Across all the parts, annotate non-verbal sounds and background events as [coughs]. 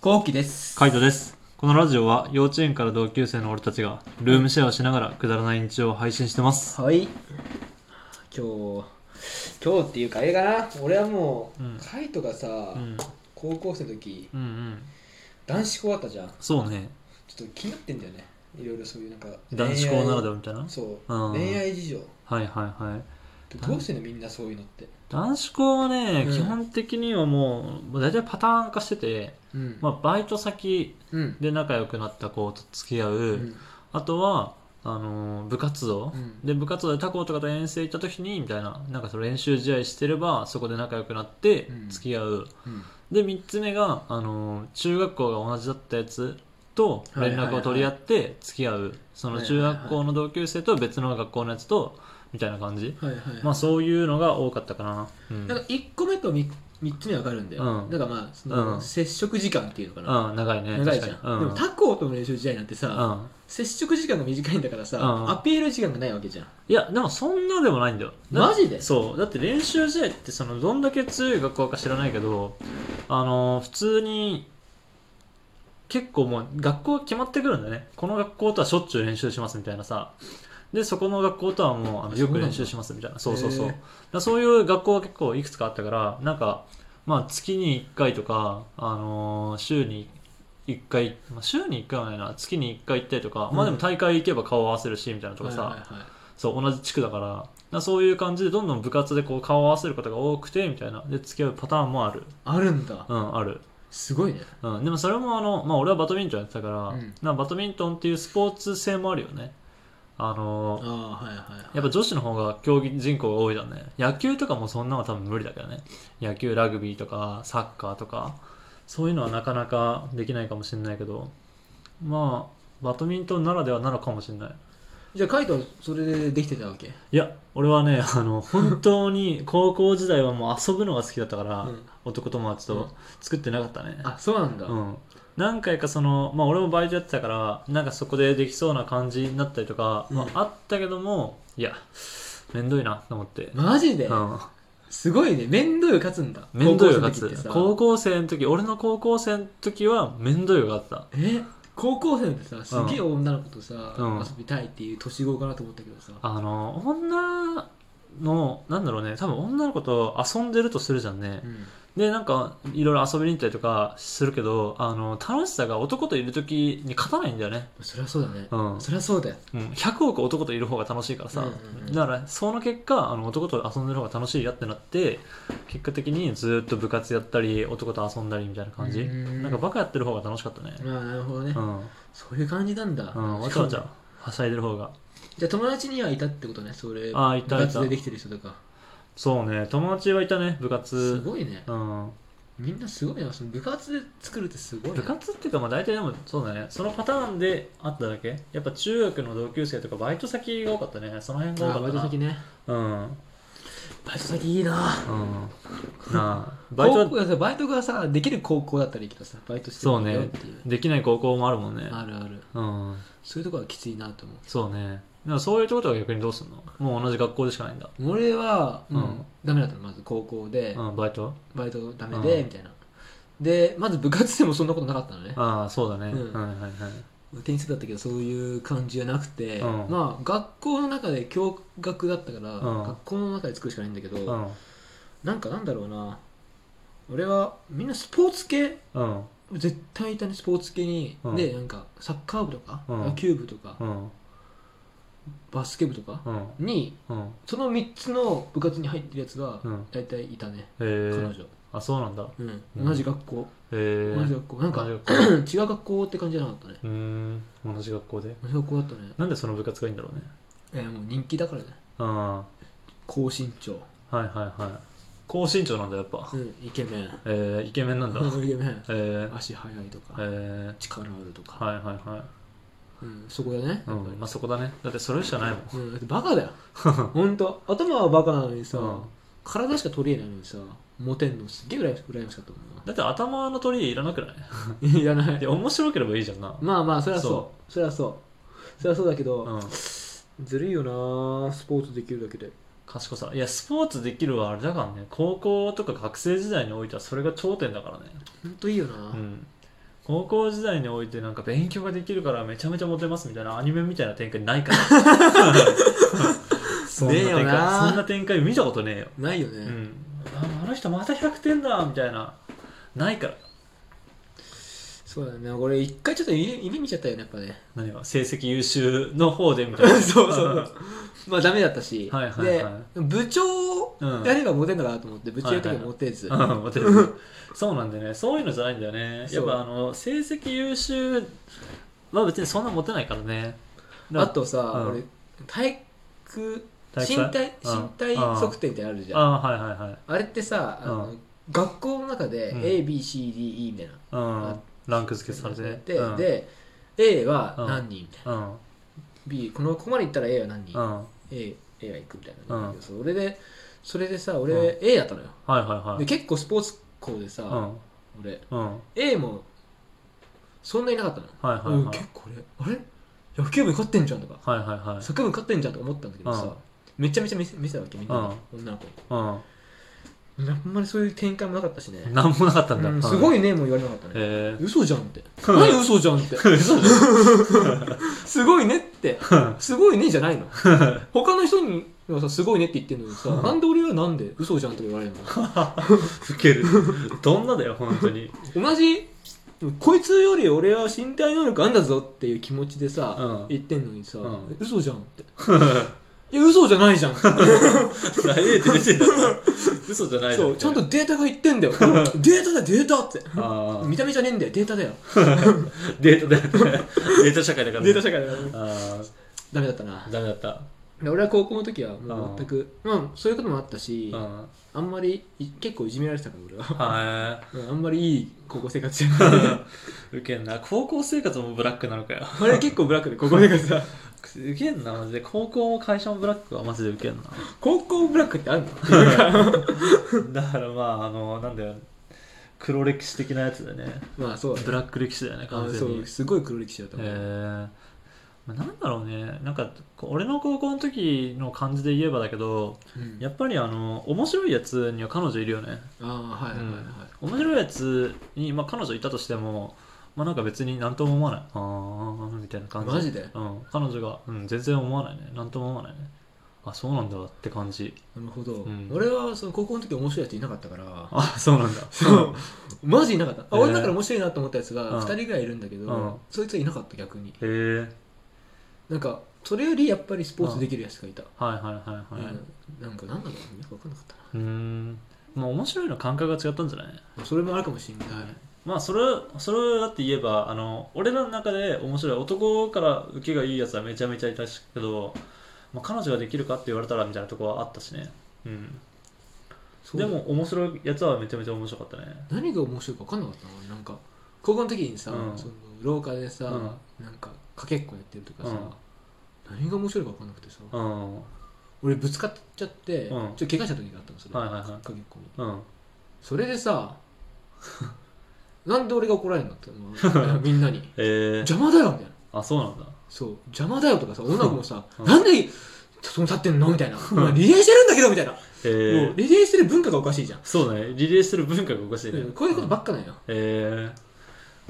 後期ですカイトですこのラジオは幼稚園から同級生の俺たちがルームシェアをしながらくだらない日常を配信してますはい今日今日っていうかあれかな俺はもう、うんカイトがさ、うん高校生の時うんうん男子校あったじゃんそうねちょっと気になってんだよねいろいろそういうなんか男子校ならでははみたいなそう、うん恋愛事情はいはいはいどうしてんのみんなそういうのって男子校はね、うん基本的にはもうもう大体パターン化してて、うんまあ、バイト先うんで仲良くなった子と付き合う、うんあとはあのー部活動、うんで部活動で他校とかと遠征行った時にみたいななんかその練習試合してればそこで仲良くなってうん付き合う、うんで3つ目が、あのー中学校が同じだったやつと連絡を取り合って付き合う、その中学校の同級生と別の学校のやつとみたいな感じ、はいはいまあそういうのが多かったかな、うん、なんか1個目と 3, つ目は分かるんだよ、うんだからまあその、うん接触時間っていうのかな、うん、長いね長いじゃん、確かにでうんも他校との練習試合なんてさ、うん、接触時間が短いんだからさ、うんアピール時間がないわけじゃんいやでもそんなでもないんだよだマジでそうだって練習試合ってそのどんだけ強い学校か知らないけどあのー普通に結構もう学校決まってくるんだよねこの学校とはしょっちゅう練習しますみたいなさでそこの学校とはもうあそうなのんだよく練習しますみたいなそうそうそうへだーからそういう学校が結構いくつかあったからなんかまあ月に1回とかあのー週に1回、まあ、週に1回はないな月に1回行ったりとか、まあでも大会行けば顔合わせるしみたいなとかさ、はいはいはいそう同じ地区だからだからそういう感じでどんどん部活でこう顔を合わせることが多くてみたいなで付き合うパターンもあるあるんだうんある、すごいねうん、でもそれもあの、まあ、俺はバドミントンやってたから、うんなんかバドミントンっていうスポーツ性もあるよねあのああはいはいはいやっぱ女子の方が競技人口が多いだね野球とかもそんなのは多分無理だけどね野球ラグビーとかサッカーとかそういうのはなかなかできないかもしれないけどまあバドミントンならではなのかもしれないじゃあカイトはそれでできてたわけいや俺はね [laughs] あの本当に高校時代はもう遊ぶのが好きだったから、うん男友達うんと作ってなかったね、あそうなんだ、うん何回かその、まあ、俺もバイトやってたからなんかそこでできそうな感じになったりとか、うんまあ、あったけどもいやめんどいなと思って、マジで、うん、すごいね面倒よ勝つんだめんどいよか高校生の時ってつさ高校生の時俺の高校生の時はめんどいよかったえ高校生ってさすげえ女の子とさ、うん遊びたいっていう年頃かなと思ったけどさ、あの女のなんだろうね多分女の子と遊んでるとするじゃんね、うんでなんかいろいろ遊びに行ったりとかするけどあの楽しさが男といる時に勝たないんだよね、そりゃそうだね、うんそりゃそうだようん、100億男といる方が楽しいからさ、うんうんうんだからその結果あの男と遊んでる方が楽しいやってなって結果的にずっと部活やったり男と遊んだりみたいな感じ、うんなんかバカやってる方が楽しかったねまあなるほどね、うん、そういう感じなんだ、うん、わちゃわちゃはしゃいでる方がじゃあ友達にはいたってことねそれあいた部活いでたできてる人とかそうね友達はいたねす部活ごいねうん、みんなすごいなその部活で作るってすごいね部活っていうかまあ大体でもそうだねそのパターンであっただけやっぱ中学の同級生とかバイト先が多かったねその辺が多あかったなバイト先ねうん、うん、バイト先いいななあババイイトトはがさバイトがさできる高校だったらいいけどさバイトしてそうよっねていうできない高校もあるもんねあるあるうんそういうとこはきついなと思そうねでもそういうとことは逆にどうすんのもう同じ学校でしかないんだ、う俺は、うんうんダメだったのまず高校で、うん、バイトバイトダメで、うんみたいなでまず部活でもそんなことなかったのねああそうだね、うんはいはいはいテニス部だったけどそういう感じじゃなくて、うんまあ学校の中で教学だったから、うん学校の中で作るしかないんだけど、うんなんかなんだろうな俺はみんなスポーツ系うん絶対いたねスポーツ系に、うんでなんかサッカー部とか、うん野球部とか、うんバスケ部とかうんにうんその3つの部活に入ってるやつがうん大体いたね、へ彼え女、あそうなんだへうんうん同じ学校、え同じ学校なんか同違じう [coughs] 学校学校って感じじゃなかったねうーん同じ学校で同じ学校だったねなんでその部活がいいんだろうねえーもう人気だからねあ高身長、あはいはいはい高身長なんだやっぱ、うん、イケメンえー、イケメンなんだイケメンえー、足速いとか、え力あるとー、か、はいはいはいうん、そこだね、うんまあそこだねだってそれしかないもんうん、だってバカ [laughs] だよほんと頭はバカなのにさ、うん体しか取りえないのにさモテんのすっげえうらやましかったもんだって頭の取りいらなくない [laughs] ないらないいや面白ければいいじゃんなまあまあそりゃそうそそりゃそうそりゃそうだけど、うんずるいよなースポーツできるだけで賢さいやスポーツできるはあれだからね高校とか学生時代においてはそれが頂点だからねほんといいよな、うん高校時代においてなんか勉強ができるからめちゃめちゃモテますみたいなアニメみたいな展開ないから [laughs] そんなねえ展よ開なそんな展開見たことねえよ、ないようね、ん、ああの人また100点だみたいなないからそうだね俺一回ちょっと夢夢見ちゃったよねやっぱね何が成績優秀の方でみたいな [laughs] そうそうまあダメだったし、はいはいはいで部長をうんやればモテるのかなと思って部長やったけどモテず、うんモテるそうなんだよねそういうのじゃないんだよねやそっうぱあの成績優秀は別にそんなモテないからねだあとさ、うん俺体育体育身祭体うん身体測定ってあるじゃんああはいはいはいれってさあの、う学校の中でうん ABCDE みたいな、うんランク付けされてで,、うんで A はうん何人みたいな、うん B このここまでいったら A は何人、うん A, A は行くみたいなのがあるうんけど、それでそれでさ俺、う A だったのよはいはいはでい結構スポーツ校でさ、うん俺うん A もそんなになかったの、はいはいはいうん結構俺あれ野球部勝ってんじゃんとかはいはいはいサッカー部勝ってんじゃんとか思ったんだけどさ、うんめちゃめちゃ見せ見せたわけみんなに、女の子うにあんまりそういう展開もなかったしねん、なんもなかったんだ、うんすごいいねもう言われなかったねへえ嘘じゃん [laughs] ってうん何 [laughs] 嘘じゃん [laughs] って嘘だすごいねってうんすごいねじゃない [laughs] の他の人にはさすごいねって言ってんのにさなんで俺はなんで嘘じゃんとか言われるのウ [laughs] ケるどんなだよ本当に同じこいつより俺は身体能力あんだぞっていう気持ちでさ、うん言ってんのにさ、うん嘘じゃんっていや嘘じゃ [laughs] ないじゃんダイエット出てんだから嘘じゃないだろそうちゃんとデータが言ってんだ [laughs] よデータだデータってあー見た目じゃねえんだよデータだよデータだよね [laughs] データ社会だからねデータ社会だからあダメだったなあダメだったで俺は高校の時はもう全く、まあそういうこともあったし、うんあんまりい結構いじめられてたから俺は、はうんあんまりいい高校生活じゃないいウケんな高校生活もブラックなのかよ [laughs] あれ結構ブラックで高校生活さウケんなマジで高校も会社もブラックはマジでウケ [laughs] んな [laughs] 高校ブラックってあるのだからまああのなんだよ黒歴史的なやつだよねまあそうだねブラック歴史だよねあ完全そにうすごい黒歴史だとえ思う、ーまあなんだろうねなんかこう俺の高校の時の感じで言えばだけどうんやっぱりあの面白いやつには彼女いるよねああはいはいはい、面白いやつに、まあ、彼女いたとしてもまあなんか別に何とも思わないあーみたいな感じマジでうん、彼女が、うん、全然思わないね何とも思わないねあそうなんだって感じ [laughs] なるほど、うん俺はその高校の時面白いやついなかったからあそ [laughs] うなんだそうマジいなかった、あえー俺の中で面白いなと思ったやつうんが2人ぐらいいるんだけど、うんそいつはいなかった逆にへえなんかそれよりやっぱりスポーツできるやつがいた、はいはいはいはい、うんなんかなんだろうよく分かんなかったうーんまあ面白いの感覚が違ったんじゃないなそれもあるかもしれない、まあそれそれだって言えばあの俺らの中で面白い男から受けがいいやつはめちゃめちゃいたしけど、まあ、彼女ができるかって言われたらみたいなとこはあったしね、うん、そうでも面白いやつはめちゃめちゃ面白かったね何が面白いか分かんなかったな俺なんか高校の時にさ、うんその廊下でさ、うなんかかけっこやってるとかさ、うん何が面白いか分かんなくてさ、うんうん俺ぶつかっちゃって、んちょっと怪我した時があったのそれ、はいはいはいかけっこにうんそれでさ [laughs] なんで俺が怒られるのって思 [laughs] うみんなにえー、邪魔だよみたいなあそうなんだそう邪魔だよとかさ女の子もさ、うんなんでその立ってんのみたいなお前リレーしてるんだけどみたいな、えもーう、リレーしてる文化がおかしいじゃん、そうだねリレーしてる文化がおかしいね、うんこういうことばっかなんよ、え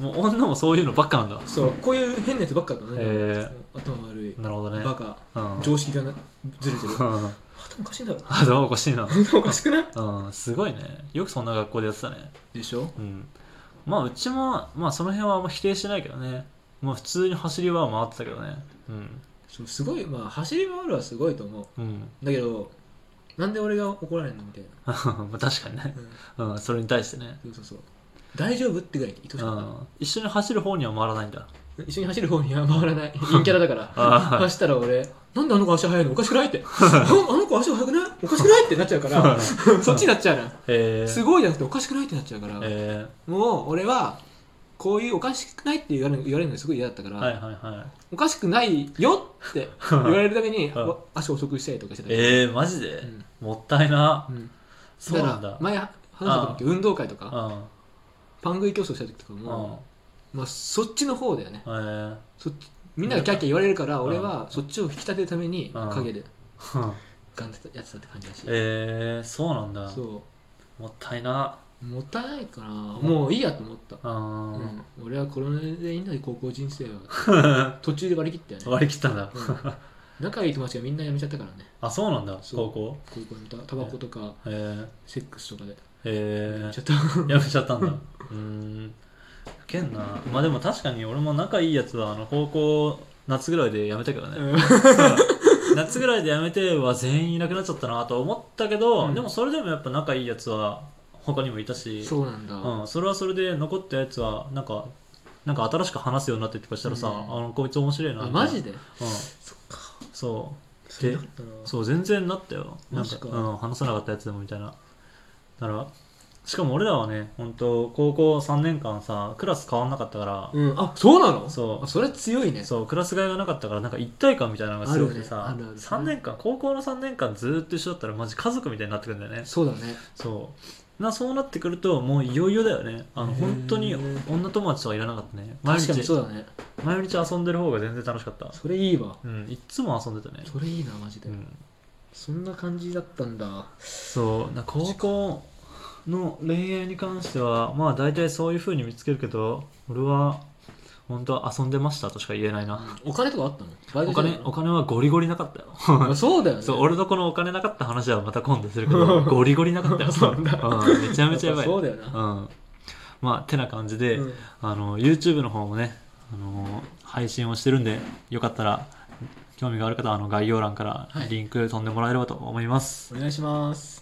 ー、もう女もそういうのばっかなんだそうこういう変なやつばっかだね、え頭悪いなるほどねバカうん常識がなずれ [laughs] てるうん頭おかしいんだろあどうもおかしいな頭おかしくないうんすごいねよくそんな学校でやってたねでしょうん、まあうちも、まあ、その辺はあんま否定してないけどね、まあ、普通に走りは回ってたけどねうんそうすごいまあ走り回るはすごいと思ううんだけどなんで俺が怒られるのみたいなまあ確かにね、うん、それに対してね、そうそうそう大丈夫ってぐらい言ってほしうかったん、一緒に走る方には回らないんだ一緒に走る方には回ら [laughs] ない陰キャラだからあー走ったら俺なんであの子足速いのおかしくない [laughs] ってああの子足速くないおかしくないってなっちゃうからそっちになっちゃうなえー、すごいじゃなくておかしくないってなっちゃうから、えもう俺はこういうおかしくないって言われる言われるのがすごい嫌だったから、ー、はいはいはいおかしくないよって [laughs] 言われるためにうんわ足遅くしたりとかしてたから、えー、マジで、うんもったいなうんそうだなんかだら前話した時運動会とうかんパン食い競争した時とかうんも、まあ、そっちの方だよねえー、そっちみんながキャッキャ言われるからん俺はそっちを引き立てるためにうん陰でふんガンってやってたって感じだしえー、そうなんだそもったいなもったいないからもういいやと思った、あー、うん、俺はこれでいいんだよ高校人生は [laughs] 途中で割り切ったよね、割り切ったんだ。うん仲いい友達がみんな辞めちゃったからね [laughs] あ、そうなんだ、そう高校。高校にたタバコとかへえ。セックスとかで辞へめちゃった、え。やめちゃったんだ。うーん。ふけんな。まあでも確かに俺も仲いいやつは、あの、高校、夏ぐらいでやめたけどね。うん夏ぐらいでやめては全員いなくなっちゃったなと思ったけど、うんでもそれでもやっぱ仲いいやつは他にもいたしそうなんだ、うん、それはそれで残ったやつはなんかなんか新しく話すようになってとかしたらさ、うんあのこいつ面白いなあみたいなマジでうん、そっかそそれなかったなうそう全然なったよなマんジかかうん、話さなかったやつでもみたいなだからしかも俺らはね本当高校3年間さクラス変わんなかったから、うんあそうなのそうあそれは強いねそうクラス替えがなかったからなんか一体感みたいなのがすごくてさ、あるよねあるある3年間高校の3年間ずっと一緒だったらマジ家族みたいになってくるんだよねそうだねそうなそうなってくるともういよいよだよねあのへー本当に女友達とはいらなかったね毎確かに日そうだね毎日遊んでる方が全然楽しかったそれいいわうんいっつも遊んでたねそれいいなマジで、うんそんな感じだったんだそうな高校の恋愛に関してはまあ大体そういう風に見つけるけど俺は本当は遊んでましたとしか言えないなお金とかあったのバイおトして金たおの金はゴリゴリなかったよあそうだよねそう俺のこのお金なかった話はまた今度するけどゴリゴリなかったよそうなんだうんめちゃめちゃやばいそうだような、んまあてな感じで、うんあの YouTube の方もねあの配信をしてるんでよかったら興味がある方はあの概要欄からはいリンク飛んでもらえればと思います、お願いします